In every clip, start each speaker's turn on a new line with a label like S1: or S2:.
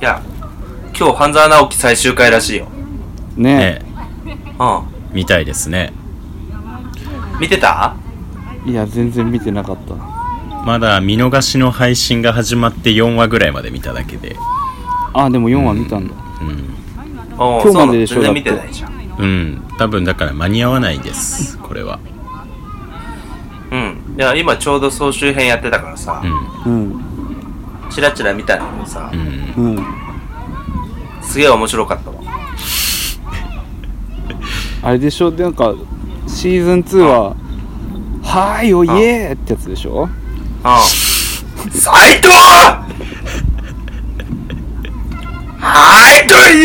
S1: いや、今日、半沢直樹最終回らしいよ。
S2: ね
S3: ね
S1: う
S3: みたいです
S1: ん。
S3: ね
S1: 見てた
S2: いや全然見てなかった
S3: まだ見逃しの配信が始まって4話ぐらいまで見ただけで
S2: あでも4話見たんだ、
S3: うん
S1: 今
S2: 今日まででしょ
S1: 全
S2: だっ
S1: 然
S2: て
S1: 見てないじゃん。
S3: うん多分だから間に合わないですこれは
S1: うん。いや、今ちょうど総集編やってたからさ
S3: う、
S2: う
S3: ん
S2: ん
S1: チラチラ見たんだけどさ
S3: う、ん
S2: うん
S1: すげえ面白かったわ。
S2: あれでしょでなんかシーズン2は「はーいおいえー!」ってやつでしょ
S1: うん。斎藤はいと言え
S2: 「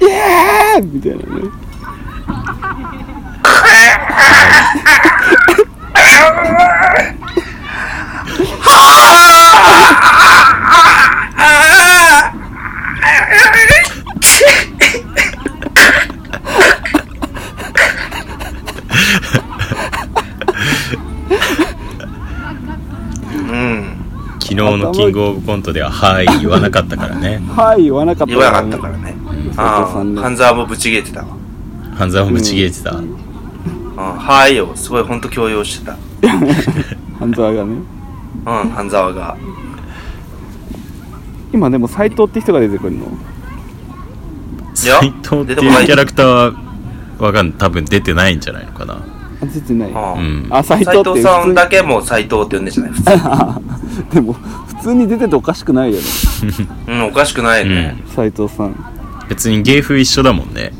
S2: イエー!」みたいなね
S1: うん。
S3: 昨日のキングオブコントでは「はい」言わなかったからね
S2: 「はい」言わなかった
S1: 言わなかったからね。うん。
S2: 斎藤さんね
S1: 半沢もぶち切れてたわ。
S3: 半沢をぶち切れてた、
S1: うん。はいよ。すごいほんと強要してた。
S2: 半沢が
S1: う
S2: ね
S1: ん、半沢が。
S2: 今でも斎藤って人が出てくるの
S3: 斎藤っていうキャラクターはわかん多分出てないんじゃないのかな
S2: あ出てないあ
S1: うん。
S3: ん
S2: 斎藤
S1: 斎
S2: って
S1: 藤さんだけも斎藤って呼んでんじゃない普通。
S2: 普通に でも普通に出てておかしくないよね
S1: うん、おかしくないね。
S2: 斎藤さん
S3: 別に芸風一緒だもんね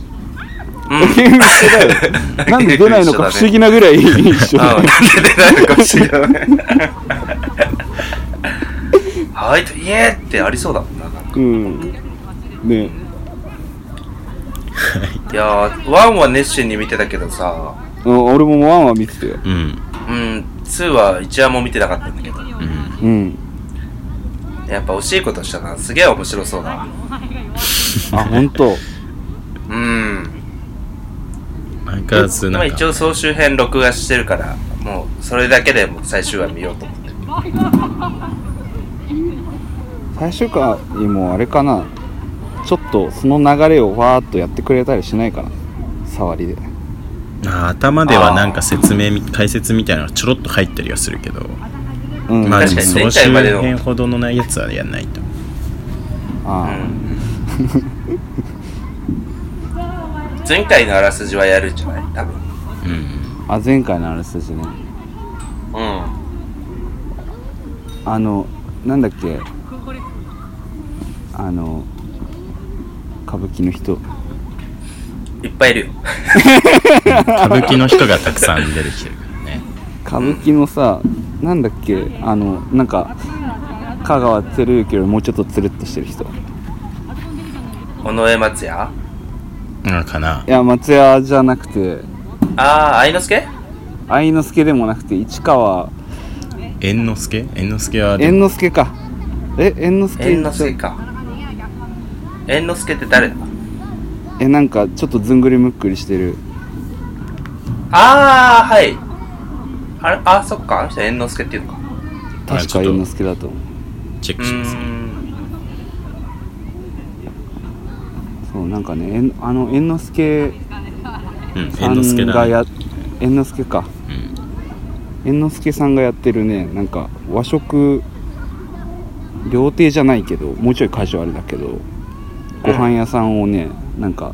S1: うん。
S2: ゲーム一緒だよなんで出ないのか不思議なぐらい一 緒だよ
S1: あ出てないのかもしれない。はいと言えってありそうだもんな。
S2: うんね
S1: いやー、ワンは熱心に見てたけどさ、
S2: あ俺もワンは見てたよ
S3: うん
S1: うん、ツーは一話も見てなかったんだけど、
S3: うん
S2: うん
S1: やっぱ惜しいことしたな。すげえ面白そうだわ。
S2: あ本当。
S1: うん。
S3: 相変わらずな
S1: 今
S3: ん
S1: 一
S3: か
S1: 応総集編録画してるから、もうそれだけでもう最終話見ようと思って。
S2: 最終回もあれかなちょっとその流れをわーっとやってくれたりしないかな触りで
S3: あ頭ではなんか説明み解説みたいなのがちょろっと入ったりはするけど
S2: うん
S3: まあで
S1: 確か
S3: も
S1: に
S3: 総
S1: 前回
S3: 集
S1: までの
S3: 編ほどのないやつはやんないと
S1: う
S2: あ
S1: ん。前回のあらすじはやるんじゃない多分。
S3: うん
S2: ああ前回のあれ筋ね
S1: うん。
S2: あのなんだっけあの歌舞伎の人
S1: いっぱいいるよ。
S3: 歌舞伎の人がたくさん出てきてるからね
S2: 歌舞伎のさなんだっけあのなんか香川照之よりもうちょっとつるっとしてる人
S1: 尾上松也あ
S3: うんかない
S2: や松屋じゃなくて
S1: あー、愛之助
S2: 愛之助でもなくて市川
S3: 猿之助猿之助は
S2: 猿之助かえ猿之助
S1: 猿之助か。猿之助って誰だ
S2: えなんかちょっとずんぐりむっくりしてる
S1: ああ、はい。あれ、あ、そっか、あの人猿之助っていうのか。
S3: あ
S2: 確か
S3: ちょっと
S2: 猿之助だと思う
S3: チェッ
S1: う
S3: クしますね
S1: ん。
S2: そうなんかねえんあの猿之助
S3: うん
S2: さ
S3: 猿之助
S2: んが
S3: だね
S2: や猿之助か
S3: うん
S2: 猿之助さんがやってるねなんか和食料亭じゃないけどもうちょいカジュアルだけどご飯屋さんをねなんか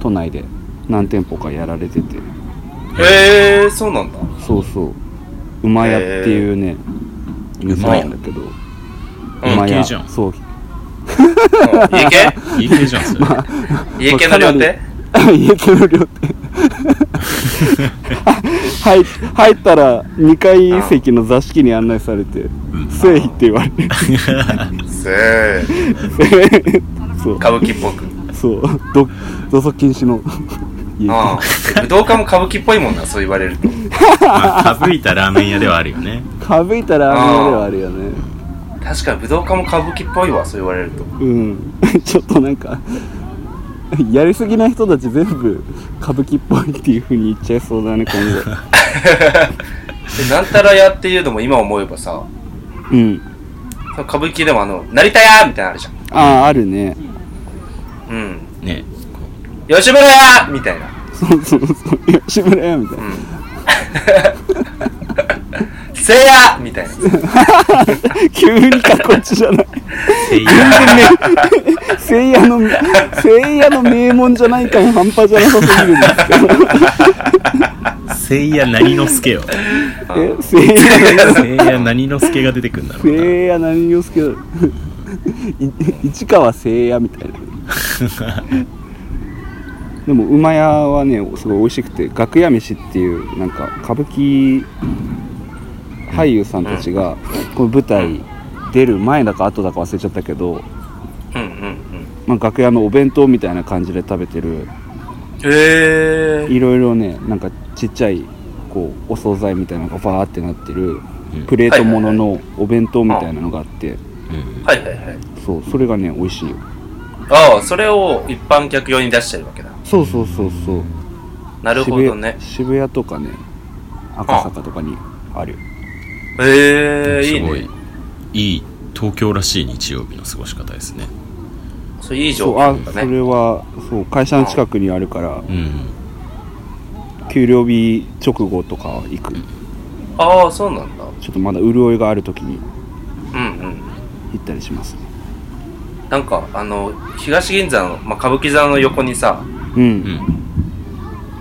S2: 都内で何店舗かやられてて
S1: へえー、そうなんだ。
S2: そうそう馬屋っていうね店なんだけど
S1: 馬屋
S2: 馬
S3: いい
S2: 屋
S3: じゃん
S2: そ
S1: う
S2: う
S1: ん家 系
S3: いい系じゃんそれ
S1: 家系の料
S2: まあ
S1: 亭
S2: かなり家系の料亭 入っ入ったら2階席の座敷に案内されて「せい」って言われ て
S1: せー。
S2: そう
S1: 歌舞伎っぽく。うん。
S2: そうど土足禁止の家
S1: 武道家も歌舞伎っぽいも んな、そう言われると。
S3: まあかぶいたラーメン屋ではあるよね
S2: かぶいたらあのではあるよね
S1: 確かに武道家も歌舞伎っぽいわ、そう言われると。
S2: うん ちょっとなんかやりすぎな人たち全部歌舞伎っぽいっていう風に言っちゃいそうだね今後
S1: でなんたら屋っていうのも今思えばさ
S2: うん
S1: その歌舞伎でもあの「成田屋!」みたいなのあるじゃん
S2: あああるね
S1: うん
S3: ね
S1: 吉村屋みたいな
S2: そうそうそう吉村屋みたいな
S1: せいやみたいな
S2: 急にかこっちじゃない
S3: せい
S2: 全然
S3: や
S2: ね、聖夜の、聖夜の名門じゃない感半端じゃなさすぎるんですけ
S3: せいや何のすけよ
S2: ど。え、聖夜の、
S3: せいや何のすけが出てくるんだろう
S2: 聖夜何をすけど、い 市川聖夜みたい な。でも、馬屋はね、すごい美味しくて、楽屋飯っていう、なんか、歌舞伎俳優さんたちが、この舞台出る前だか後だか忘れちゃったけど、
S1: うんうん
S2: まあ、楽屋のお弁当みたいな感じで食べてる
S1: うんへえ
S2: いろいろねなんかちっちゃいこうお惣菜みたいなのがバーってなってる
S3: うん
S2: プレートもののお弁当みたいなのがあって
S3: なうん
S1: はいはいはい
S2: そうそれがね美味しいよ
S1: ああそれを一般客用に出してるわけだ
S2: そうそうそうそう
S1: なるほどね
S2: 渋谷渋谷とかね赤坂とかにあるよ
S1: へえいい
S3: すご
S1: ね
S3: いいい東京らしい日曜日の過ごし方ですね
S1: それいい
S2: そ
S1: 情
S2: うあ
S1: 報
S2: そ
S1: だね
S2: れはそう会社の近くにあるから
S3: うん
S2: 給料日直後とか行く
S1: ああそうなんだ
S2: ちょっとまだ潤いがある時に
S1: うんうん
S2: 行ったりしますね
S1: なんかあの東銀座の、まあ、歌舞伎座の横にさ、
S2: う
S3: うんん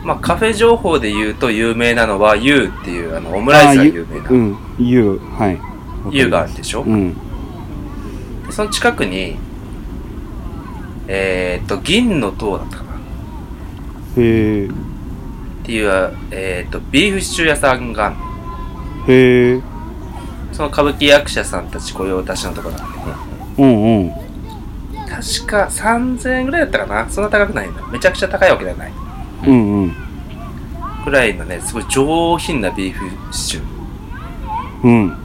S1: まあ、カフェ情報で言うと有名なのは YOU っていうあのオムライ
S2: あ
S1: スが
S2: ゆ
S1: 有名な
S2: うんゆうはいわかります
S1: YOU があるでしょ、
S2: うん
S1: その近くにえー、っと銀の塔だったかな
S2: へえ
S1: っていう、えー、とビーフシチュー屋さんがあんの
S2: へえ
S1: その歌舞伎役者さんたち雇用達のところなんでね
S2: うんうん
S1: 確か3000円ぐらいだったかなそんな高くないんだめちゃくちゃ高いわけじゃない
S2: うんうん
S1: くらいのねすごい上品なビーフシチュ
S2: うん
S1: ー、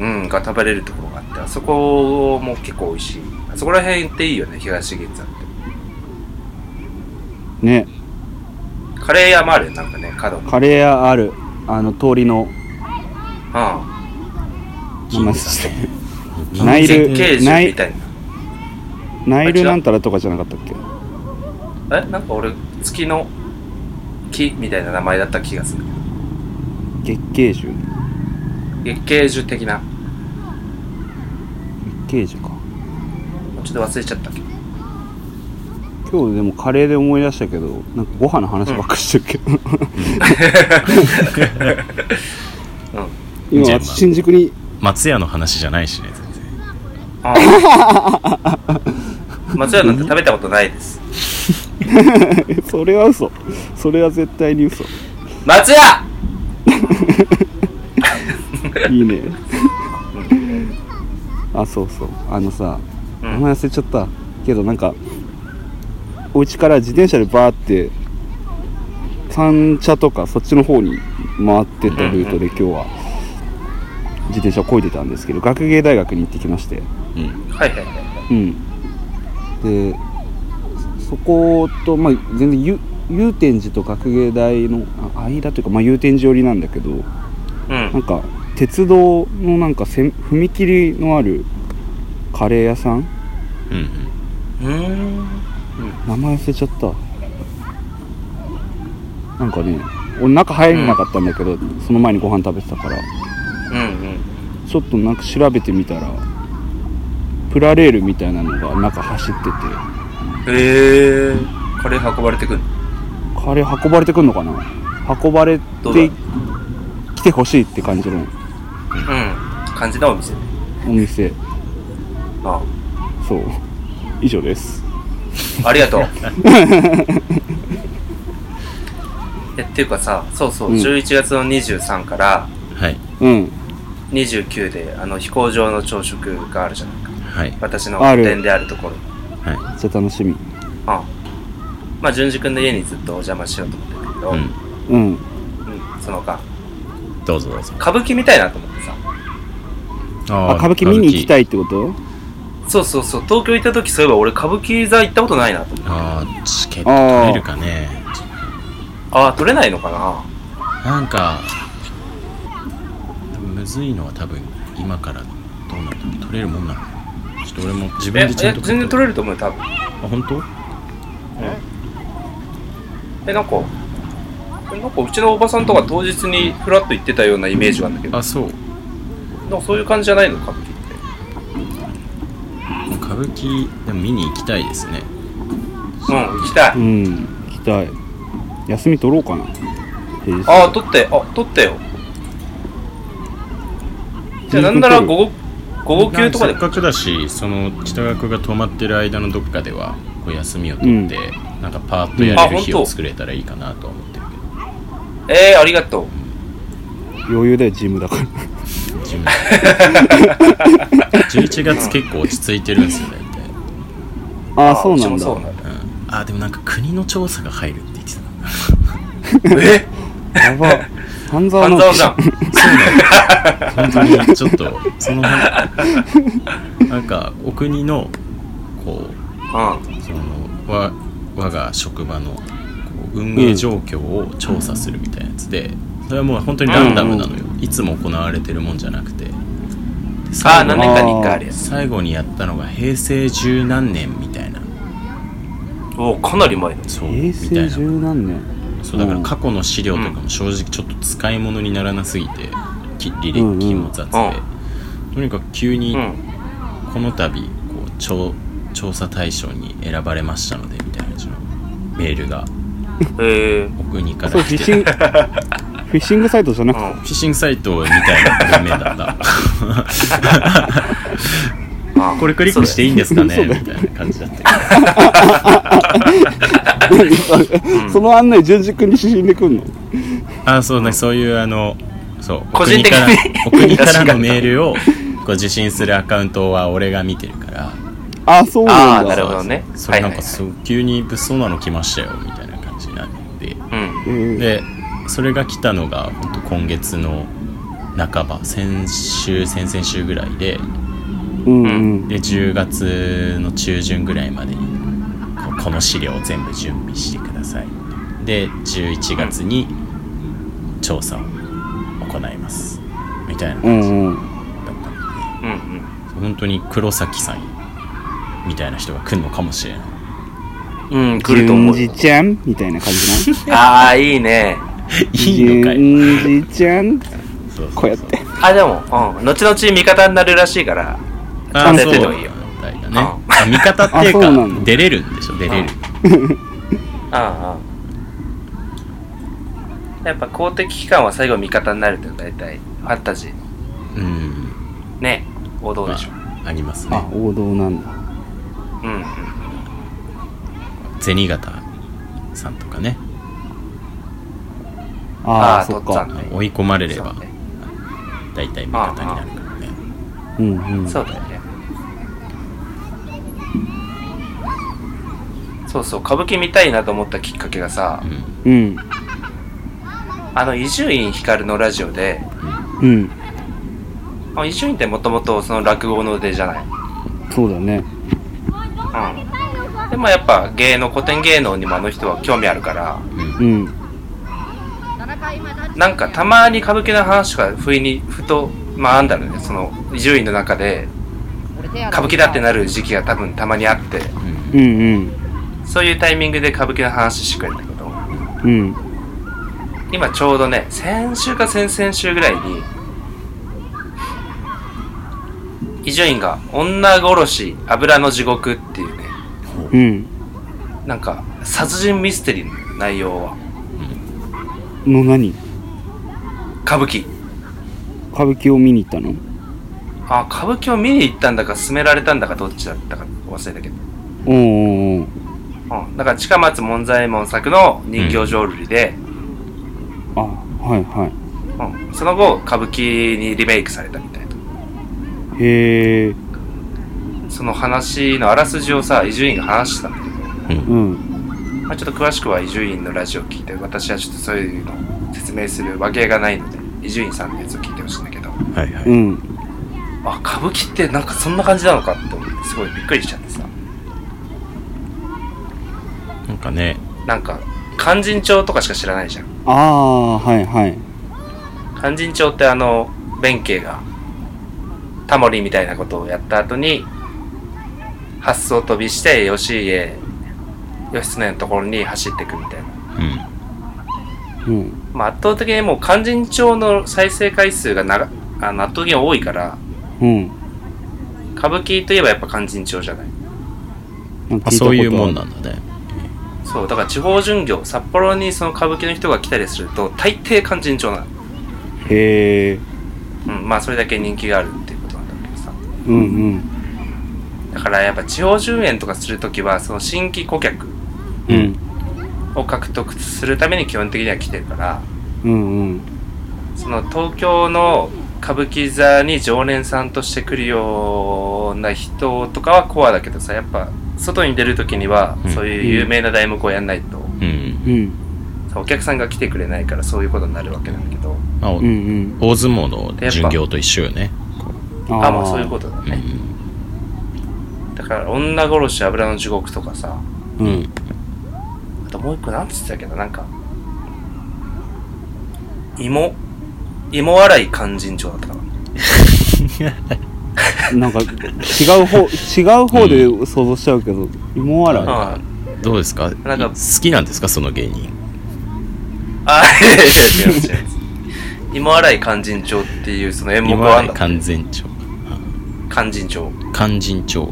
S1: うん、が食べれるところがあってあそこも結構美味しいあそこら辺っていいよね東銀座って
S2: ね
S1: カレー屋もあるよなんかね角に
S2: カレー屋あるあの通りの
S1: う
S2: 名前して
S1: ん
S2: ナイル
S1: 絶景
S2: ナイ
S1: 樹みたい
S2: ナイルなんたらとかじゃなかったっけ
S1: なえなんか俺月の木みたいな名前だった気がする
S2: 月桂樹
S1: 月桂樹的な
S2: 月桂樹か
S1: ちょっと忘れちゃったけど
S2: 今日でもカレーで思い出したけどなんかご飯の話ばっかしてるけど、
S1: うん
S2: 今
S3: ジェンマ
S2: 私新宿に
S3: 松屋の話じゃないしね全然
S1: ああ松屋なんて食べたことないです。
S2: それは嘘それは絶対に嘘
S1: 松屋
S2: いいねあそうそうあのさ
S1: う
S2: 名
S1: ん。
S2: 前忘れちゃったけどなんかお家から自転車でバーって三茶とかそっちの方に回ってったルートで今日は自転車をこいでたんですけど学芸大学に行ってきまして
S3: うん
S1: はいはいは
S2: うんでそこと、まあ、全然ゆ祐天寺と学芸大のあ間というか、まあ、祐天寺寄りなんだけど
S1: い。う。
S2: なんんか鉄道のなんかせん踏切のあるカレー屋さん
S3: うんう
S1: う
S3: ん
S1: ーん。
S2: 名前忘れちゃったなんかね俺中入れなかったんだけど、その前にご飯食べてたから
S1: うん
S2: ちょっとなんか調べてみたらプラレールみたいなのが中走ってて
S1: うん。へえ。カレー運ばれてくる。
S2: カレー運ばれてくんのかな運ばれて
S1: どうだ
S2: 来てほしいって感じの
S1: うん。感じのお店。
S2: お店
S1: あ
S2: そう以上です
S1: あ。ありが とう。え、っていうかさ、そうそう、
S2: うん
S1: 11月の23から
S3: はい
S2: うん
S1: 29で、あの、飛行場の朝食があるじゃないか。
S3: はい
S1: 私の
S2: ある
S1: 店であるところ。
S3: は
S2: めっちゃ楽しみ
S1: あまあ、淳二君の家にずっとお邪魔しようと思ってるけど、
S3: い、
S1: う
S3: う、
S1: ん
S2: うん
S1: ん、その間、
S3: どうぞどうぞ
S1: 歌舞伎みたいなと思ってさ。
S3: あ
S2: あ歌舞伎見に行きた
S3: い
S2: いってこと
S1: そうそうそう、東京行った時そういえば俺歌舞伎座行ったことないなと思って。
S3: あーチケット取れるかね
S1: ああ、取れないのかな
S3: なんかむずいのは多分今からどうなるの取れるもんなのちょっと俺も自
S1: ええ
S3: 分でちゃんと
S1: 全然取
S3: れ
S1: れると思うよ多分
S3: あ本当
S1: えなんかえなんかうちのおばさんとか当日にフラッと行ってたようなイメージがあるんだけど
S3: あそう
S1: なんかそういう感じじゃないの歌舞伎って
S3: 歌舞伎でも見に行きたいですね
S1: うん行きたい、
S2: うん行きたい休み取ろうかな平日
S1: ああ取ってあ取ってよじゃあなんなら午後午後休とかで
S3: せっかくだしその北川君が泊まってる間のどっかではこう休みを取って、なんかパーッとやれる日
S1: あ本
S3: を
S1: 当
S3: 作れたらいいかなとは思ってるけど
S1: ええありがとう
S2: 余裕だよジムだから
S3: 自分11月結構落ち着いてるんですよ大体
S2: ああそうな
S1: ち
S2: ん
S1: もそう
S2: だ
S1: なんだ
S3: うんあでもなんか国の調査が入るって言ってたな
S1: え
S2: やば半沢
S1: 半
S2: 直
S1: 沢
S2: 樹
S1: じゃん
S3: 本当にちょっとそのなんかお国の
S1: う
S3: こ
S1: ん
S3: うそのわ我が職場のこう運営状況を調査するみたいなやつで、それはもう本当にランダムなのよ、いつも行われてるもんじゃなくてで
S1: ああ
S3: 最後
S1: 何
S3: に
S1: 年かに一回あるやつ
S3: 最後にやったのが平成十何年みたいな
S1: おおかなり前だ
S3: そうみ
S2: 平
S3: た
S2: 成
S3: いな
S2: 十何年
S3: そうだから
S2: うん
S3: 過去の資料とかも正直ちょっと使い物にならなすぎて、き履歴も雑で、
S1: うんうん
S3: とにかく急に
S1: うん
S3: この度こう調調査対象に選ばれましたのでみたいな感じのメールが
S1: ええ
S3: 奥にか
S2: そう
S3: ら
S2: フィッ
S3: 来
S2: シ
S3: て
S2: ングフィッシングサイトじゃなくて
S1: う
S3: フィッシングサイトみたいな面だった
S1: んあ
S3: これクリックしていいんですかね
S2: そうだ
S3: み
S2: よ
S3: たいな感じだったけど
S1: ん
S2: その案内順次君に進んでくんの
S3: あそうねそういうあのそう
S1: 個人的に
S3: お国からお国からのメールをこう受信するアカウントは俺が見てるから
S2: ああそうな
S1: あ
S2: ん
S1: ーなる
S2: だ
S1: ほどね
S3: そうそれなん
S1: はい
S3: か
S1: はいはい
S3: そう急に物騒なの来ましたよみたいな感じなんで
S1: うん
S2: うん
S3: でそれが来たのが本当今月の半ば先週先々週ぐらいで
S2: うんうん
S3: で10月の中旬ぐらいまでにここの資料を全部準備してくださいで11月に調査を行いますみたいな
S2: う
S3: 感じだっ
S2: んうん
S3: たんで、
S1: うんうん
S3: 本当に黒崎さんみたいな人が来るのかもしれない
S1: うん来ると思う
S2: 順次ちゃんみたいな感 じな
S1: ああいいね
S3: いいのかい
S2: 順次ちゃん
S3: そうそうそう
S2: こうやって
S1: あでもうん後々味方になるらしいから
S3: あ
S1: ちゃんと
S3: そ
S1: や
S3: う
S1: っててもいいよ
S3: みたいなね
S1: うん
S3: あ味方ってい
S2: あそうな
S3: うんか
S2: だ
S3: 出れるんでしょ出れる
S1: ああやっぱ公的機関は最後味方になるっていうのは大体ファンタジーの
S3: うん
S1: ね王道でしょ、
S3: まああります
S2: あ
S3: ね
S2: 王道なんだ
S1: うんうん
S3: 銭形さんとかね
S2: あ
S1: あ
S2: あ
S1: ー
S2: そっ
S1: とっつぁんね
S2: か
S1: はい
S3: 追い込まれれ
S1: そ
S3: ば
S1: うね
S3: 大体味方になるからね
S2: うんうん
S1: そうだよねそうそう歌舞伎見たいなと思ったきっかけがさ
S3: うん
S2: うん
S1: あの伊集院光のラジオで
S2: うん
S1: あ伊集院ってもともとその落語の腕じゃない
S2: そうだね
S1: うんでもやっぱ芸能古典芸能にもあの人は興味あるから
S3: うん
S2: うん
S1: なんかたまに歌舞伎の話が不意にふとまああんだろうねその伊集院の中で歌
S4: 歌
S1: 舞伎だってなる時期が多分たまにあって
S2: うんうん
S1: そういうタイミングで歌舞伎の話してくれるんだけど
S2: うん
S1: 今ちょうどね先週か先々週ぐらいに伊集院が「女殺し油の地獄」っていうね
S2: うん
S1: なんか殺人ミステリーの内容は
S2: の何
S1: 歌舞伎
S2: 歌舞伎を見に行ったの
S1: あ歌舞伎を見に行ったんだか勧められたんだかどっちだったか忘れたけど、
S2: おーおーおー
S1: うん、だから近松門左衛門作の人形浄瑠璃で、
S2: あはいは
S1: うんその後歌舞伎にリメイクされたみたいない
S2: へえ
S1: その話のあらすじをさ伊集院が話してたんだけど
S2: うん
S1: まあ、ちょっと詳しくは伊集院のラジオを聞いて私はちょっとそういうのを説明するわけがないので伊集院さんのやつを聞いてほしいんだけど
S3: はいは
S2: う
S3: い
S2: ん
S1: あ歌舞伎ってなんかそんな感じなのかって思ってすごいびっくりしちゃってさ
S3: なんかね
S1: なんか勧進帳とかしか知らないじゃん
S2: ああはいはい
S1: 勧進帳ってあの弁慶がタモリみたいなことをやった後に発想飛びして義家義経のところに走っていくみたいな、
S3: うん
S2: うん
S1: まあ、圧倒的にもう勧進帳の再生回数がなあの圧倒的に多いから
S2: うん
S1: 歌舞伎といえばやっぱ勧進帳じゃない
S2: なんか聞いたこと
S3: あそういうもんなんだね
S1: そうだから地方巡業札幌にその歌舞伎の人が来たりすると大抵勧進帳なの、
S2: へえ
S1: うん、まあそれだけ人気があるっていうことなんだけどさ
S2: うんうん
S1: だからやっぱ地方巡演とかするときはその新規顧客
S2: うん
S1: を獲得するために基本的には来てるから
S2: うんうん
S1: その東京の歌舞伎座に常連さんとして来るような人とかはコアだけどさやっぱ外に出る時には
S3: うん
S1: そういう有名な題目をやんないと、
S3: うん
S2: うん
S1: さお客さんが来てくれないからそういうことになるわけなんだけど
S3: まあお
S2: うんうん
S3: 大相撲の巡業と一緒よね
S1: ああまあそういうこととだ
S3: う
S1: ね、
S3: ん
S1: だから女殺し油の地獄とかさ
S2: うん
S1: あともう一個なんつってたっけどなんか芋芋洗い勧進帳だったかな
S2: なんか違う方違う方で想像しちゃうけど芋洗い
S1: あ
S3: どうですか
S1: なんか
S3: 好きなんですかその芸人
S1: あ、違います違います。芋洗い勧進帳っていうその演目
S3: 今
S1: があん
S3: まで
S1: だ。
S3: 勧進帳
S1: 勧進帳。
S3: 勧進帳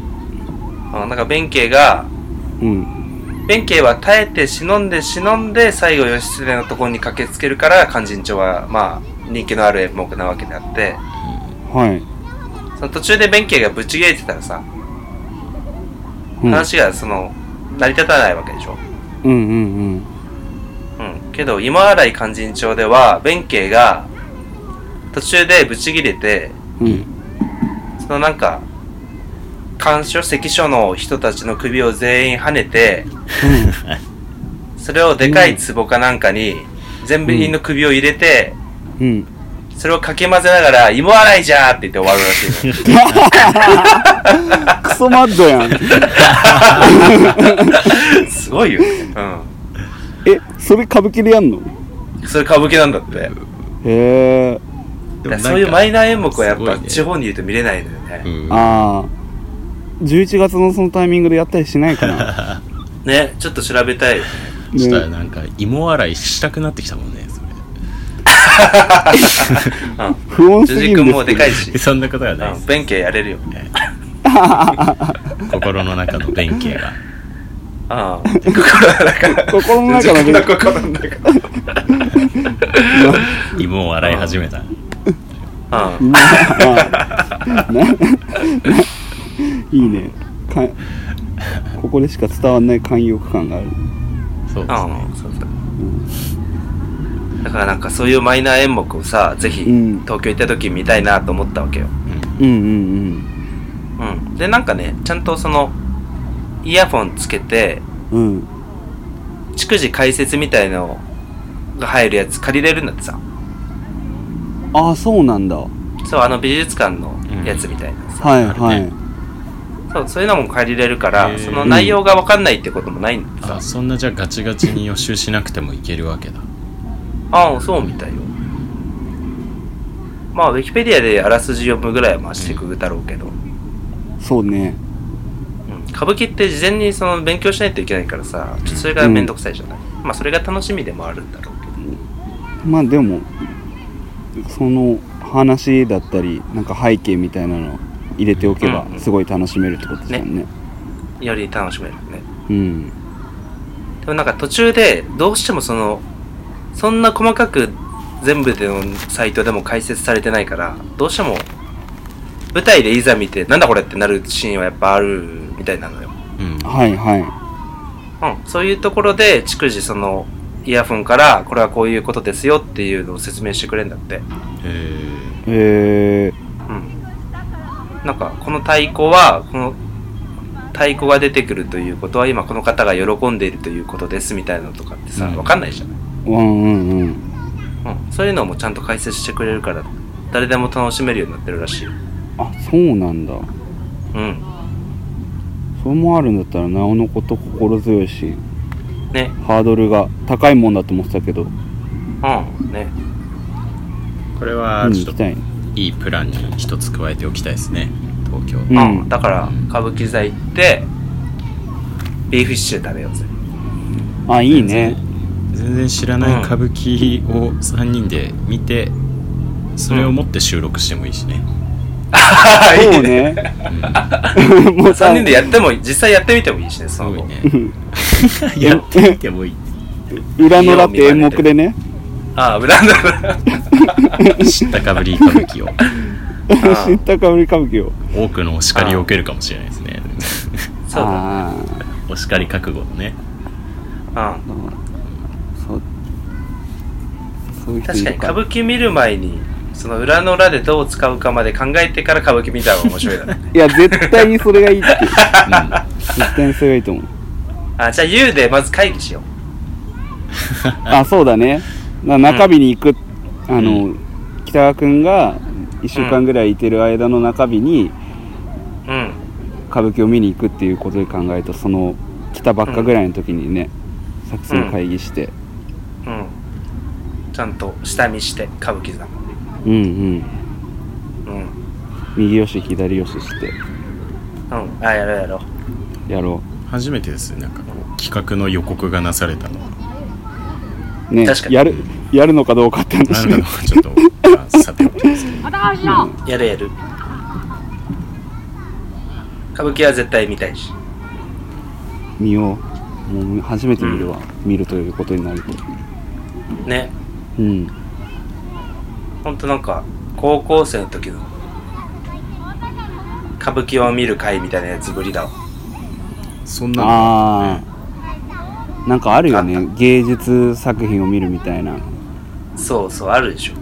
S1: あなんか弁慶が、
S2: うん
S1: 弁慶は耐えて忍んで忍んで最後義経のところに駆けつけるから勧進帳はまあ人気のある演目なわけであって、
S2: はい
S1: その途中で弁慶がぶち切れてたらさ、
S2: うん
S1: 話がその成り立たないわけでしょ。
S2: うんうん
S1: うん。けど芋洗い勧進帳では弁慶が途中でぶち切れて、
S2: うんうん
S1: そのなんか、官所、関所の人たちの首を全員跳ねて、それをでかい壺かなんかに、全部員の首を入れて、
S2: うんうん
S1: それをかき混ぜながら、芋洗いじゃーって言って終わるらしいのよ。
S2: クソマッドやん
S1: すごいよね。う
S2: えそれ歌舞伎でやんの
S1: ん。それ歌舞伎なんだって。
S2: へえ
S1: だからそういうマイナー演目はやっ
S3: すごい
S1: ぱ
S3: ね
S1: 地方にいると見れないのよね。
S3: うん
S2: ああ11月のそのタイミングでやったりしないかな
S1: ね、ちょっと調べたいよね。
S3: したら
S2: ね
S3: なんか芋洗いしたくなってきたもんねそれ。
S2: 不穏す
S1: 辻
S2: ぎる
S1: 君
S2: ん
S1: も
S2: です
S1: うで
S2: け
S1: かいし
S3: そんなことはないで
S1: うん
S3: す
S1: 弁慶やれるよ。
S3: 心の中の弁慶が
S1: ああ。心の中の。
S2: 心の中の
S1: 辻君
S2: 弁慶
S1: 心の中
S3: 芋を洗い始めた
S1: の。うん
S2: ど。 まあまあないいねかここでしか伝わんない寛容感がある
S3: そうですね
S1: ああそうそうだからなんかそういうマイナー演目をさぜひ
S2: うん
S1: 東京行った時見たいなと思ったわけよ、
S2: うんうん
S1: うん、でなんかねちゃんとそのイヤフォンつけて
S2: うんうん
S1: 逐次解説みたいのが入るやつ借りれるんだってさ
S2: ああそうなんだは
S1: そうあの美術館のやつみたいなさ、
S2: いはい、
S3: ね
S1: そうそういうのも借りれるか
S3: へ
S1: ら
S3: ー
S1: その内容が分かんないってこともないんだってさ
S3: あそんなじゃあガチガチに予習しなくてもいけるわけだ
S1: ああそうみたいよまあウィキペディアであらすじ読むぐらいはまあしていくだろうけど、
S2: そうね
S1: うん歌舞伎って事前にその勉強しないといけないからさちょっとそれが面倒くさいじゃない、まあそれが楽しみでもあるんだろうけど
S2: まあでもその話だったりなんか背景みたいなの入れておけば
S1: うん
S2: すごい楽しめるってことですもんね
S1: より楽しめるね
S2: うん
S1: でもなんか途中でどうしてもそのそんな細かく全部でのサイトでも解説されてないからどうしても舞台でいざ見てなんだこれってなるシーンはやっぱあるみたいなのよ、
S3: うん
S2: はいは
S1: うん、そういうところで逐次そのイヤフォンからこれはこういうことですよっていうのを説明してくれるんだって
S3: え
S2: いへえ
S1: うん、なんかこの太鼓はこの太鼓が出てくるということは今この方が喜んでいるということですみたいなのとかってさ
S3: うん
S1: 分かんないじゃない、
S2: うんうんうん
S1: うん、そういうのもちゃんと解説してくれるから誰でも楽しめるようになってるらしいよ
S2: あそうなんだ
S1: うん
S2: それもあるんだったらなおのこと心強いし
S1: ね
S2: ハードルが高いもんだと思ってたけど
S1: うんね
S3: これは
S2: 見に
S3: ち
S2: 行き
S3: ょっと
S2: たい
S3: いいプランに一つ加えておきたいですね東京、
S2: うん
S1: あだから歌舞伎座行ってビーフシチュー食べようぜ
S2: あいいね
S3: 全然知ら
S1: う
S3: なんい歌舞伎を3人で見てそれを持って収録してもいいしね、
S1: あ
S2: そうね もうさ
S1: 3人でやっても実際やってみてもいいしね
S3: す
S1: その
S3: ごい
S1: 後
S3: ね やってみて もいい
S2: 裏のだって演目でね
S1: ああブランドあ
S3: 知ったかぶり歌舞伎を
S1: あ
S2: 新高ぶり歌舞伎を
S3: 多くのお叱りを受けるかもしれないですね
S1: そうだ
S2: あ
S3: お叱り覚悟の ね
S1: うん
S2: ーそうそういう人い
S1: 確か
S2: る
S1: に歌舞伎見る前にその裏の裏でどう使うかまで考えてから歌舞伎見た方が面白いだ ね
S2: いや絶対にそれがいいって絶対にそれがいいと思う
S1: あじゃあ U でまず会議しよ
S2: あそうだねな中日に行く、あの、北川君が1週間ぐらいいてる間の中日に
S1: ううん
S2: 歌舞伎を見に行くっていうことで考えるとその来たばっかぐらいの時にね、作戦会議して、
S1: うんちゃんと下見して歌舞伎座も
S2: うん、うん
S1: うん
S2: 右よし左よしして
S1: うんあやろうやろう
S2: やろ
S3: 初めてですなんかこう企画の予告がなされた のは
S2: うね
S1: 確かに
S2: やるやるのかどうかって
S3: な
S2: 話
S3: んかのちょっと、まあ、さておきですけど
S1: やるやる歌舞伎は絶対見たいし
S2: 見ようもう初めて見るわ、見るということになると
S1: ね
S2: うん
S1: ほんとなんか高校生の時の歌舞伎を見る会みたいなやつぶりだわ
S3: そんなのが
S2: ああなんかあるよ
S1: あ
S2: ね芸術作品を見るみたいな
S1: そうそうあるでしょ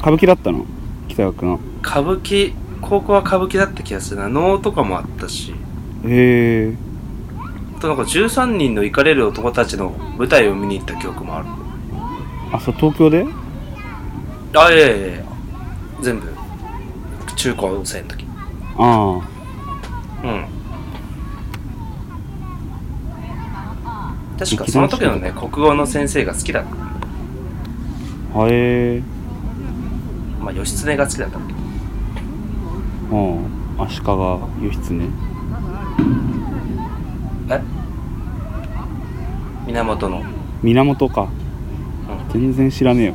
S2: 歌舞伎だったの北川君
S1: 歌舞伎高校は歌舞伎だった気がするな能とかもあったし
S2: へえ
S1: あとなんか13人の行かれる男たちの舞台を見に行った記憶もある
S2: あそう東京で
S1: あいやいやいや全部中高生の時
S2: あ
S1: うん確かその時のね国語の先生が好きだった
S2: あはえ
S1: まあ義経が好きだったんだけど
S2: うん足利義経
S1: え源の
S2: 源か全然知らねえよ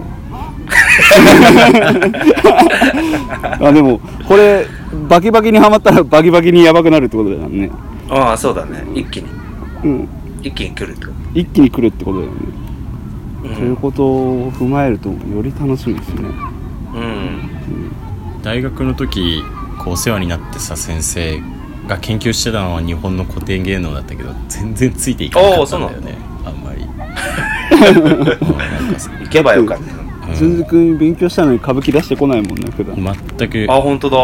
S2: あでもこれバキバキにはまったらバキバキにやばくなるってことだよね
S1: ああそうだね一気に
S2: うん
S1: 一気に来るってこ
S2: 一気に来るってことだよね、
S1: と
S2: ということを踏まえるとより楽しみですね
S1: うん、うん、
S3: 大学の時こうお世話になってさ先生が研究してたのは日本の古典芸能だったけど全然ついていかなかったんだよねあんまりうん なんかさ
S1: 行けばよかった、
S3: うん
S2: 鈴木君勉強したのに歌舞伎出してこないもんね普段
S3: 全く
S1: あ本当だ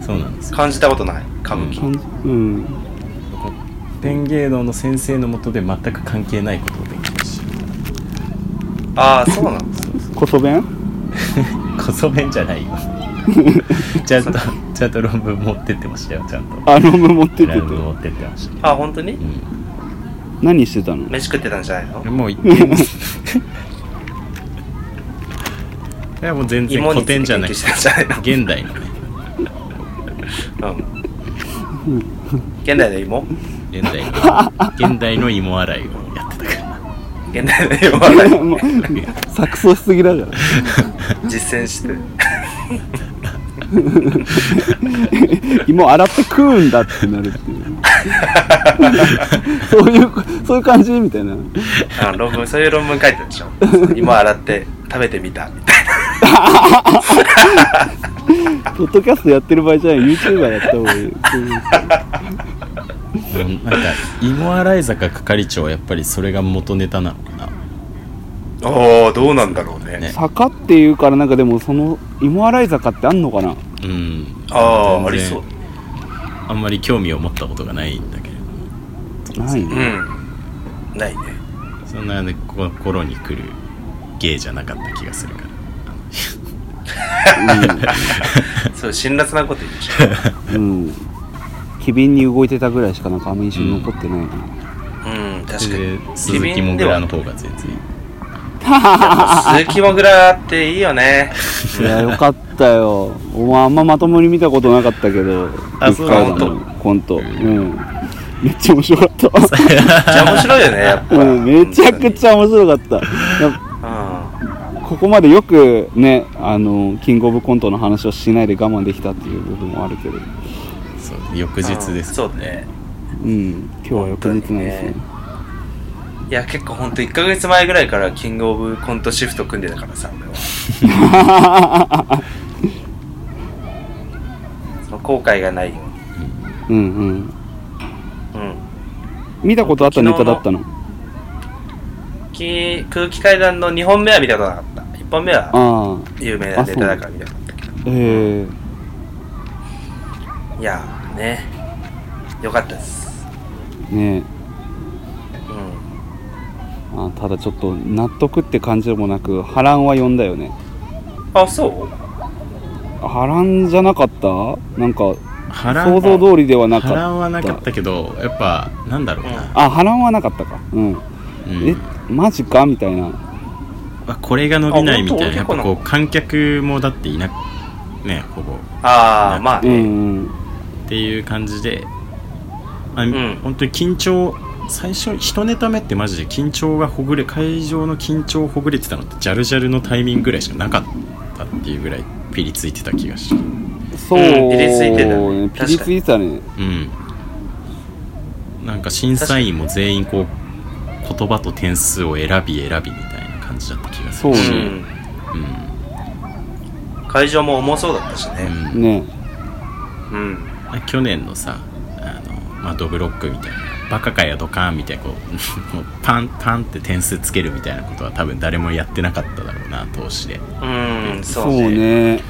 S3: そうなんですよ
S1: 感じたことない歌舞伎、
S2: 感じうん
S3: 古典芸能の先生のもとで全く関係ないことを勉強し
S1: ああそうなんです
S2: こそ弁
S3: こそ弁じゃないよちゃんとちゃんと論文持ってってましたよちゃんと
S2: あ論文持ってってて
S3: 論文持ってってました
S1: あ本当に
S3: うん
S2: 何して たの
S1: 飯食ってたんじゃないの
S3: もう一点いやもう全然
S1: 芋に
S3: 古
S1: つい
S3: 典
S1: て
S3: じゃ
S1: 研究して
S3: なくて
S1: たんじゃないの
S3: 現代のね
S1: うん現代の芋
S3: 現代の現代の芋洗いをやってたから
S1: 現代の芋はない
S2: もう錯綜しすぎだから
S1: 実践してる
S2: 芋洗って食うんだってなるっていう そういうそういう感じみたいな
S1: あ論文そういう論文書いてるでしょそう芋洗って食べてみたみたい
S2: ポッドキャストやってる場合じゃない YouTuber やった方がいいそういう
S3: うんなんか芋洗い坂係長はやっぱりそれが元ネタなのかな
S1: なおおどうなんだろうね
S3: ね
S2: 坂っていうからなんかでもその芋洗い坂ってあんのかな
S3: うん
S1: あああ
S3: 全
S1: り
S3: 然
S1: そう
S3: あんまり興味を持ったことがないんだけれど
S2: ないね
S1: うんないね
S3: そんなねこ頃に来る芸じゃなかった気がするから
S1: そう辛辣なこと言うでしょ
S2: うん、うん、機敏に動いてたぐらいしかなんかあんま印象に残ってないな、
S1: うん確か
S3: で
S1: に
S3: 鈴木もぐらの方が全然
S1: 鈴木もぐらっていいよね。
S2: いやよかったよお前あんままともに見たことなかったけど
S3: あそう
S2: ビッグカードのコントうんめっちゃ面白かったわ
S1: めっちゃ面白いよね、やっぱ。
S2: うんめちゃくちゃ面白かったやっぱ
S1: ゃ。
S2: ここまでよくねあのキングオブコントの話をしないで我慢できたっていう部分もあるけど
S3: そう翌
S1: うん。
S3: 日です
S1: そうね。
S2: うん今日は翌日なんですね
S1: いや、結構ほんと1ヶ月前ぐらいからキングオブコントシフト組んでたからさ、俺はその後悔がないよ
S2: うんう
S1: う
S2: ん
S1: に。うん。
S2: 見たことあったネタだったの
S1: き空気階段の2本目は見たことなかった。1本目は
S2: ああ
S1: 有名なネタだから見たかったけど。
S2: ええ
S1: いやーね、よかったです。
S2: ね
S1: うん。
S2: えあただちょっと納得って感じでもなく波乱は呼んだよね
S1: あ、そう
S2: 波乱じゃなかったなんか
S3: 波
S2: 想像通りではなか
S3: 波
S2: った
S3: 乱はなかったけどやっぱなんだろうな、
S2: あ波乱はなかったかうん、
S3: うん
S2: えマジかみたいな
S3: まあこれが伸びないみたいなや
S1: あ
S3: っぱ
S1: 本当
S3: こう観客もだっていなねほぼ
S1: ああ、まあ
S2: う
S1: ね。
S2: んうん
S3: っていう感じで、まあ
S1: ん
S3: 本当に緊張最初一ネタ目ってマジで緊張がほぐれ会場の緊張ほぐれてたのってジャルジャルのタイミングぐらいしかなかったっていうぐらいピリついてた気がしたうん
S2: そう、
S1: うんピリついてたね
S2: ピリついてたね
S3: なんか審査員も全員こう言葉と点数を選び選びみたいな感じだった気がする
S2: そう
S3: し
S2: ね
S3: うん
S1: 会場も重そうだったし
S3: う
S1: ね。
S3: ん
S2: ね
S1: うん。
S3: 去年のさあの、まあ、ドブロックみたいなバカかやドカーンみたいなこう もうパンパンって点数つけるみたいなことは多分誰もやってなかっただろうな投資で
S1: うん、そ
S2: そうう
S1: ね。
S2: ね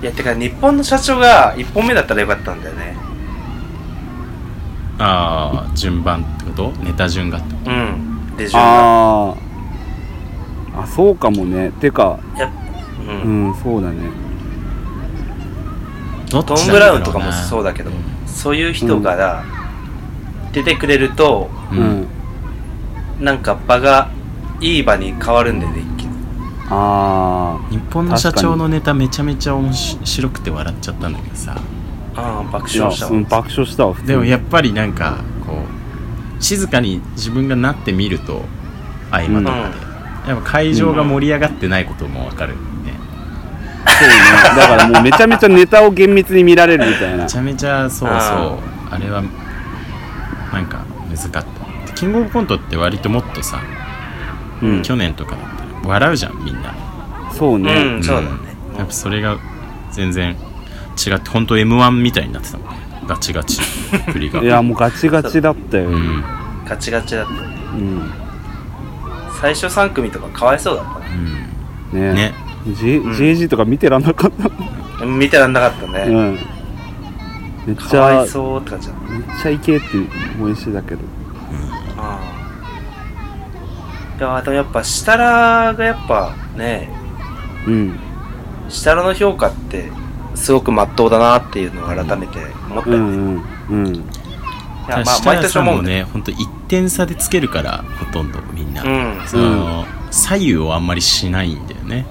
S1: いや、てか日本の社長が1本目だったらよかったんだよね。
S3: ああ順番ってことネタ順がってこ
S1: うん。で、順番。
S2: あーあそうかもねてか
S1: やっう。
S2: うんんそうだね
S3: と
S1: トム・ブラウンとかもそう
S3: だ
S1: だけど、そういう人が出てくれると、
S2: う、
S3: うんん、
S1: なんか場がいい場に変わるんだよね、一気に。
S2: ああ
S3: 日本の社長のネタめちゃめちゃ面白くて笑っちゃったんだけどさ
S1: ああ、爆
S2: いや
S1: 笑したわ
S2: うん爆笑したわ普通に
S3: でもやっぱりなんかこう静かに自分がなってみると合間とかで、やっぱ会場が盛り上がってないこともわかるんで、ね
S2: そうねだからもうめちゃめちゃネタを厳密に見られるみたいな
S3: めちゃめちゃそうそう
S1: あ
S3: あれはなんか難かったキングオブコントって割ともっとさ、
S2: うん
S3: 去年とかだったら笑うじゃんみんな
S2: そう
S1: うん
S2: ね、
S1: そうだね。
S3: んやっぱそれが全然違って本当 m 1みたいになってたもんねガチガチ振りが
S2: いやもうガチガチだったよ、
S3: う
S2: うん
S3: ん
S1: ガチガチだった。最初3組とかかわいそうだっ
S3: う
S2: ね
S3: んね
S2: J-
S1: ん
S2: JG とか見てらんなかった
S1: たな。見てらんなかった
S2: う
S1: ね。
S2: んめっち
S1: か
S2: ゃ
S1: わ
S2: めっ
S1: いそうって感じだった。
S2: ちゃいけって思いしてたけど
S1: うんいやーでもやっぱ設楽がやっぱね
S2: うん
S1: 設楽の評価ってすごくまっとうだなっていうのを改めて思った
S2: う
S1: よね、い
S2: んうんうん
S1: やまあ
S3: 設
S1: 毎
S3: 楽
S1: 年
S3: さん
S1: 思う
S3: も
S1: ね
S3: ね本当一点差でつけるからほとんどみんな、
S1: うん
S3: その左右をあんまりしないんだよね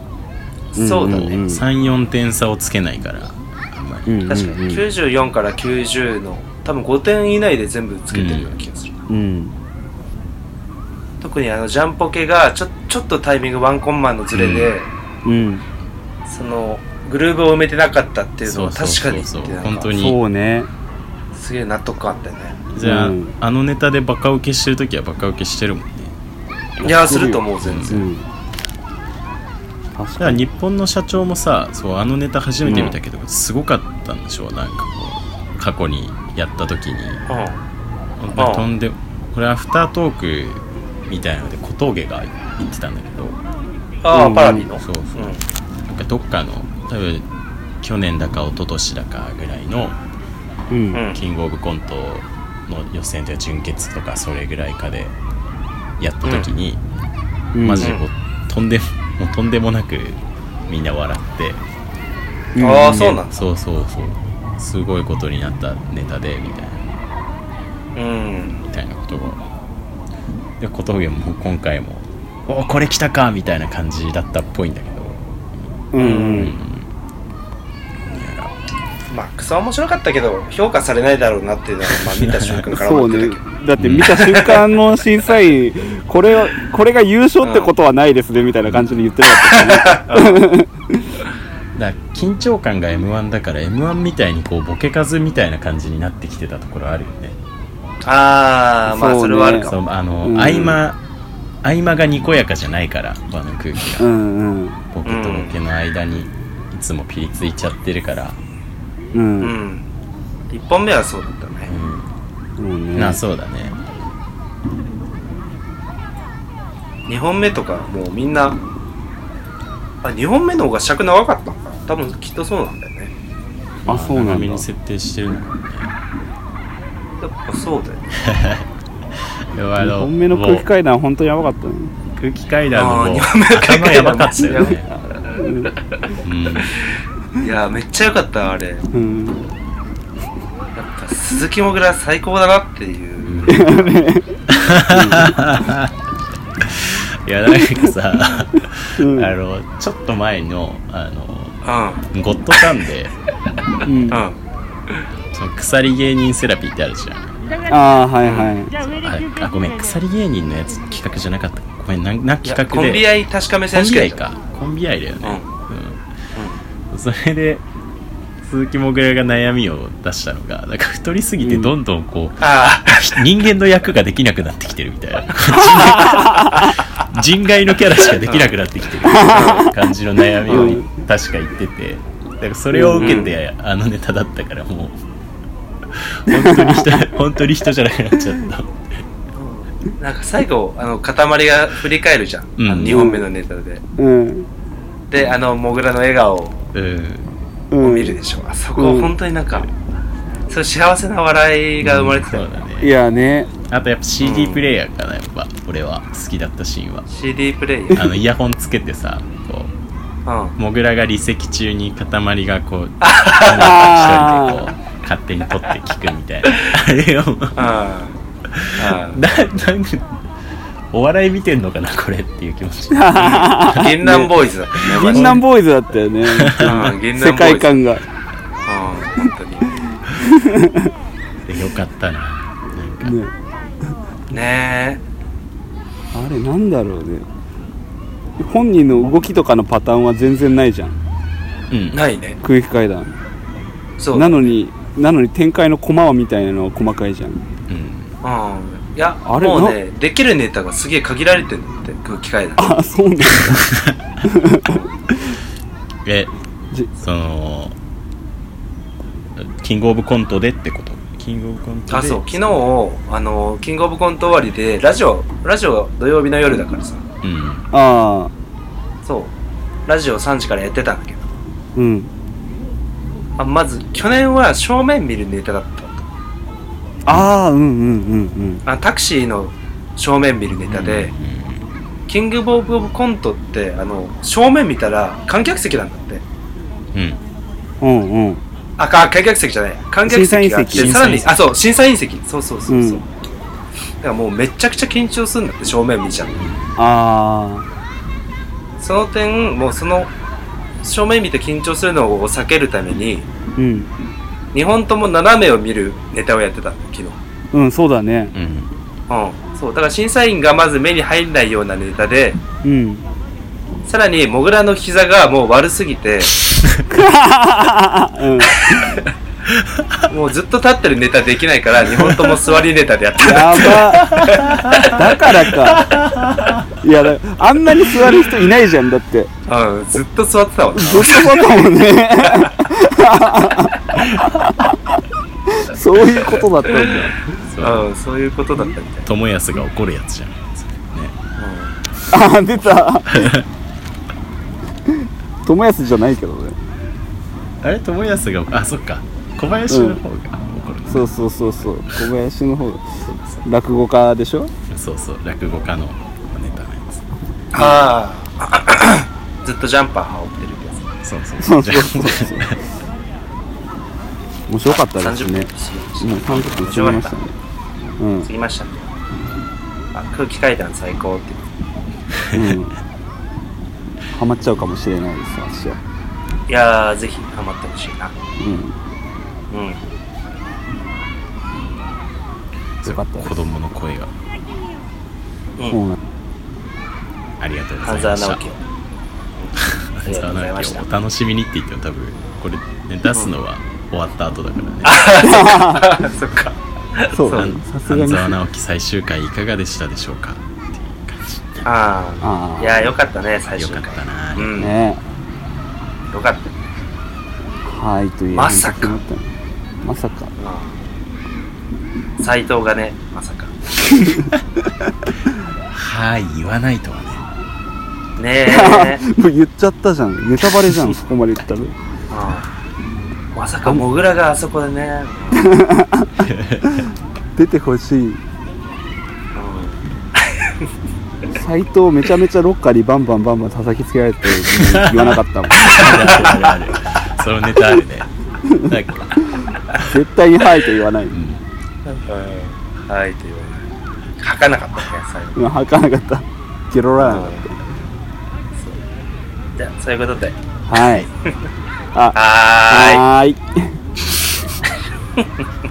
S1: そうだ
S2: ん
S1: ね、
S2: ん
S3: 34点差をつけないからあんまり、
S2: うん
S1: 確かに94から90の多分5点以内で全部つけてるような気がする、
S2: うん
S1: 特にあのジャンポケがちょちょっとタイミングワンコンマンのズレで、
S2: うん
S1: そのグルーブを埋めてなかったっていうの
S3: そ
S1: は
S3: うそう
S1: 確
S3: そ
S1: か
S3: う
S1: にって
S3: そう
S1: なん
S3: 本当
S1: か
S3: に
S2: そうね
S1: すげえ納得感あったよね
S3: じゃあ、
S2: うん
S3: あのネタでバカ受けしてるときはバカ受けしてるもんね
S1: いやーすると思う全
S2: う
S1: 然、
S2: ん確
S3: だか
S2: からに
S3: 日本の社長もさそうあのネタ初めて見たけど、すごかったんでしょうなんかこう過去にやった時に
S1: うん
S3: 本当に飛んでこれアフタートークみたいなので小峠が言ってたんだけど
S1: ああ、
S2: うん
S1: パラディの
S3: そうそう、
S1: うん
S3: なんかどっかの多分去年だか一昨年だかぐらいの
S2: う
S1: うんん
S3: キングオブコントの予選とか準決とかそれぐらいかでやった時に、
S2: うん
S3: マジでこうとんでももうとんでもなくみんな笑って
S2: うん
S1: ああそうなんだ
S3: そうそうそうすごいことになったネタでみたいな
S1: うん
S3: みたいなことがで小峠も今回もおーこれ来たかみたいな感じだったっぽいんだけど
S2: うんうん
S1: まあクソは面白かったけど評価されないだろうなっていうのは、まあ、見た瞬間から
S2: そ
S1: 思
S2: う
S1: ってたけ
S2: ね
S1: ど、
S2: だって見た瞬間の審査員これをこれが優勝ってことはないですねみたいな感じで言ってなかった
S3: だから緊張感が m 1だから m 1みたいにこうボケ数みたいな感じになってきてたところあるよね
S1: ああまあ
S2: そうね
S1: それはあるか
S3: そ
S1: も
S3: うあの、
S2: うん
S3: 合間合間がにこやかじゃないから場の空気が
S2: うんうん
S3: ボケとボケの間にいつもピリついちゃってるから、
S2: う
S1: うんん1本目はそうだったね
S2: うん
S3: う
S2: ね
S3: ん、なそうだね
S1: 2本目とかもうみんなあ2本目の方が尺長かったのかな多分きっとそうなんだよね
S2: あそうな
S3: 長
S2: ん
S3: め
S2: だ
S3: に設定してるのかもね
S1: やっぱそうだよね
S3: あ
S2: 2本目の空気階段本当にやばかったね
S3: 空気階段
S1: あ
S3: の
S1: あ
S3: も
S1: 2
S3: う
S1: 本目の
S3: 頭やばかったよ
S1: や
S3: ね、
S1: ばいやめっちゃ良かったあれやっ
S2: うん
S1: ぱ鈴木もぐら最高だなっていう
S3: うん、いやなんかさ、
S2: うん
S3: あのちょっと前のあの
S1: う
S3: ゴッドタンで
S2: うん
S1: んう
S2: あ
S1: ん
S3: その鎖芸人セラピーってあるじゃん
S2: あーはいはい
S3: あれあごめん鎖芸人のやつ企画じゃなかったごめんなんなんか
S1: いや
S3: 企画で
S1: コンビ愛確かめ
S3: コ
S1: 選
S3: ン
S1: 手
S3: ビ
S1: 権
S3: 愛かコンビ愛だよね、うんそれで鈴木もぐらが悩みを出したのがなんか太りすぎてどんどんこう、
S1: ああ
S3: 人間の役ができなくなってきてるみたいな 人外のキャラしかできなくなってきてるみたいな感じの悩みをい確か言っててだからそれを受けてあのネタだったからもう本当に人本当に人じゃなくなっちゃった
S1: なんか最後あの塊が振り返るじゃん、
S3: うん
S1: あの2本目のネタで
S2: うん
S1: であのもぐらの笑顔を
S3: うん
S2: うん
S1: 見るでしょ、あそこ本当になんか、そう幸せな笑いが生まれてた、
S3: そうだね
S2: いやね
S3: あとやっぱ CD プレイヤーかなやっぱ俺は好きだったシーンは
S1: CD プレイヤ
S3: あのイヤホンつけてさこう
S1: ー、うん、
S3: モグラが離席中に塊が こう
S2: あ
S3: 一人でこう勝手に取って聞くみたいな あれを
S1: ああ
S3: ななんかお笑い見てんのかなこれっていう気持ち
S1: あ銀杏ボーイズだったね
S2: 銀杏ボーイズだったよね
S1: マジでうん銀杏ボーイズ
S2: 世界観が
S1: うん本
S3: でよかったななんか、
S2: ね
S1: 当にね
S2: あれなんだろうね本人の動きとかのパターンは全然ないじゃん
S3: うん
S1: えないね
S2: 空気階段
S1: そう
S2: なのになのに展開のコマみたいなのは細かいじゃん
S3: う
S1: う
S3: ん
S1: んいや
S2: あれ
S1: もうねできるネタがすげえ限られてるんだって空気階段
S2: あそうなんだ
S3: え
S2: じ
S3: そのキングオブコントでってことキングオブコントで
S1: あそう昨日あのキングオブコント終わりでラジオラジオ土曜日の夜だからさ
S3: うん
S2: ああ
S1: そうラジオ3時からやってたんだけど
S2: うん
S1: あまず去年は正面見るネタだった
S2: ああうんうんうん
S1: あタクシーの正面見るネタで、キングオブコントってあの正面見たら観客席なんだって
S3: うんうん
S2: うんうんうん
S1: あか観客席じゃない観客席があっ
S2: 審
S1: て
S3: 査員席
S1: さらに
S3: 審査員席
S1: あそう審査員席そうそうそうそう、
S2: う
S1: だ
S2: ん
S1: からもうめちゃくちゃ緊張するんだって正面見ちゃう
S2: あ
S1: その点もうその正面見て緊張するのを避けるために
S2: あうん
S1: 2本とも斜めを見るネタをやってたんだ昨日
S2: うんそうだね
S3: うん
S1: うんそうだから審査員がまず目に入んないようなネタで
S2: うん
S1: さらにモグラの膝がもう悪すぎて
S2: うん
S1: もうずっと立ってるネタできないから2本とも座りネタでやってた
S2: やばだからかいやだあんなに座る人いないじゃんだって
S1: うんずっと座ってたもんな
S2: ずっとそうだもんね そういうことだったんだ
S3: そう
S1: うん、そういうことだったみたい。
S3: 友康が怒るやつじゃんそれね
S2: あ出た友康じゃないけどね
S3: あれ友康があそっか小林の方が怒るの
S2: そうそうそうそう小林の方落語家でしょ
S3: そうそう落語家のネタのやつ
S1: ああ。 ずっとジャンパー羽織ってるや
S3: そうそう
S2: そう
S3: じ
S2: そ
S3: ゃ
S2: うそうそう面白かった
S1: つ。
S2: ですね
S1: 30
S2: うん
S1: 分。
S2: 韓国行っちゃいましたねうん
S1: 過ぎましたね。あ、空気階段最高って。
S2: うん、ハマっちゃうかもしれないです私は、
S1: いやー、ぜひハマってほしいな。
S2: うん、
S1: うん。
S2: よかったです
S3: 子供の声が
S1: うん。
S2: そうなん
S3: ありがとうござ
S1: 半
S3: い
S1: 沢
S3: まし
S1: 直
S3: た
S1: 樹を。ありがとう
S3: 半沢
S1: ございま
S3: 直
S1: し
S3: 樹
S1: た
S3: をお楽しみにって言っても多分これ、ね、出すのは終わった後だからね
S1: あー、そっか。
S2: そう
S1: そう
S2: ねさすが
S3: 半
S2: に
S3: 沢直樹最終回いかがでしたでしょうかっていう感じ
S1: ああ。
S2: ああ
S1: いやー、よかったね、最
S3: よ
S1: 終
S3: か
S1: 回。
S3: ったな、
S1: うん。よ
S2: ね
S1: かったね。
S2: はいという
S1: まさか
S2: 本当に決まったねまさか
S1: うん斎藤がね、まさか。
S3: はい言わないとはね
S1: ね
S2: もう言っちゃったじゃんネタバレじゃんそこまで言ったら
S1: え。うんまさか、モグラがあそこでね。うん
S2: 出てほしい
S1: うん
S2: 斎藤めちゃめちゃロッカーにバンバンバンバン叩きつけられて言わなかったもん
S3: あるあるあるそのネタあ るねなんか
S2: 絶対に「はい」と言わない
S3: うん
S1: はいって言わない。書かなかったね、最後。
S2: 今吐かなかったゲロらな かっ
S1: そうじゃあ、そういうことで。
S2: たはい
S1: はーい。
S2: はーい